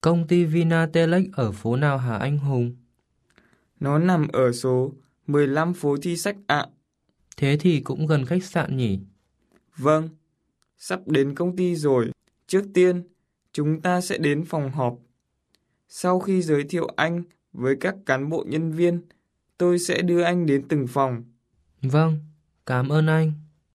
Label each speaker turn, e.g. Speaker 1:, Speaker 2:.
Speaker 1: Công ty Vinatelex ở phố nào hả anh Hùng?
Speaker 2: Nó nằm ở số 15 phố thi sách ạ.
Speaker 1: Thế thì cũng gần khách sạn nhỉ?
Speaker 2: Vâng, sắp đến công ty rồi. Trước tiên, chúng ta sẽ đến phòng họp. Sau khi giới thiệu anh với các cán bộ nhân viên, tôi sẽ đưa anh đến từng phòng.
Speaker 1: Vâng, cảm ơn anh.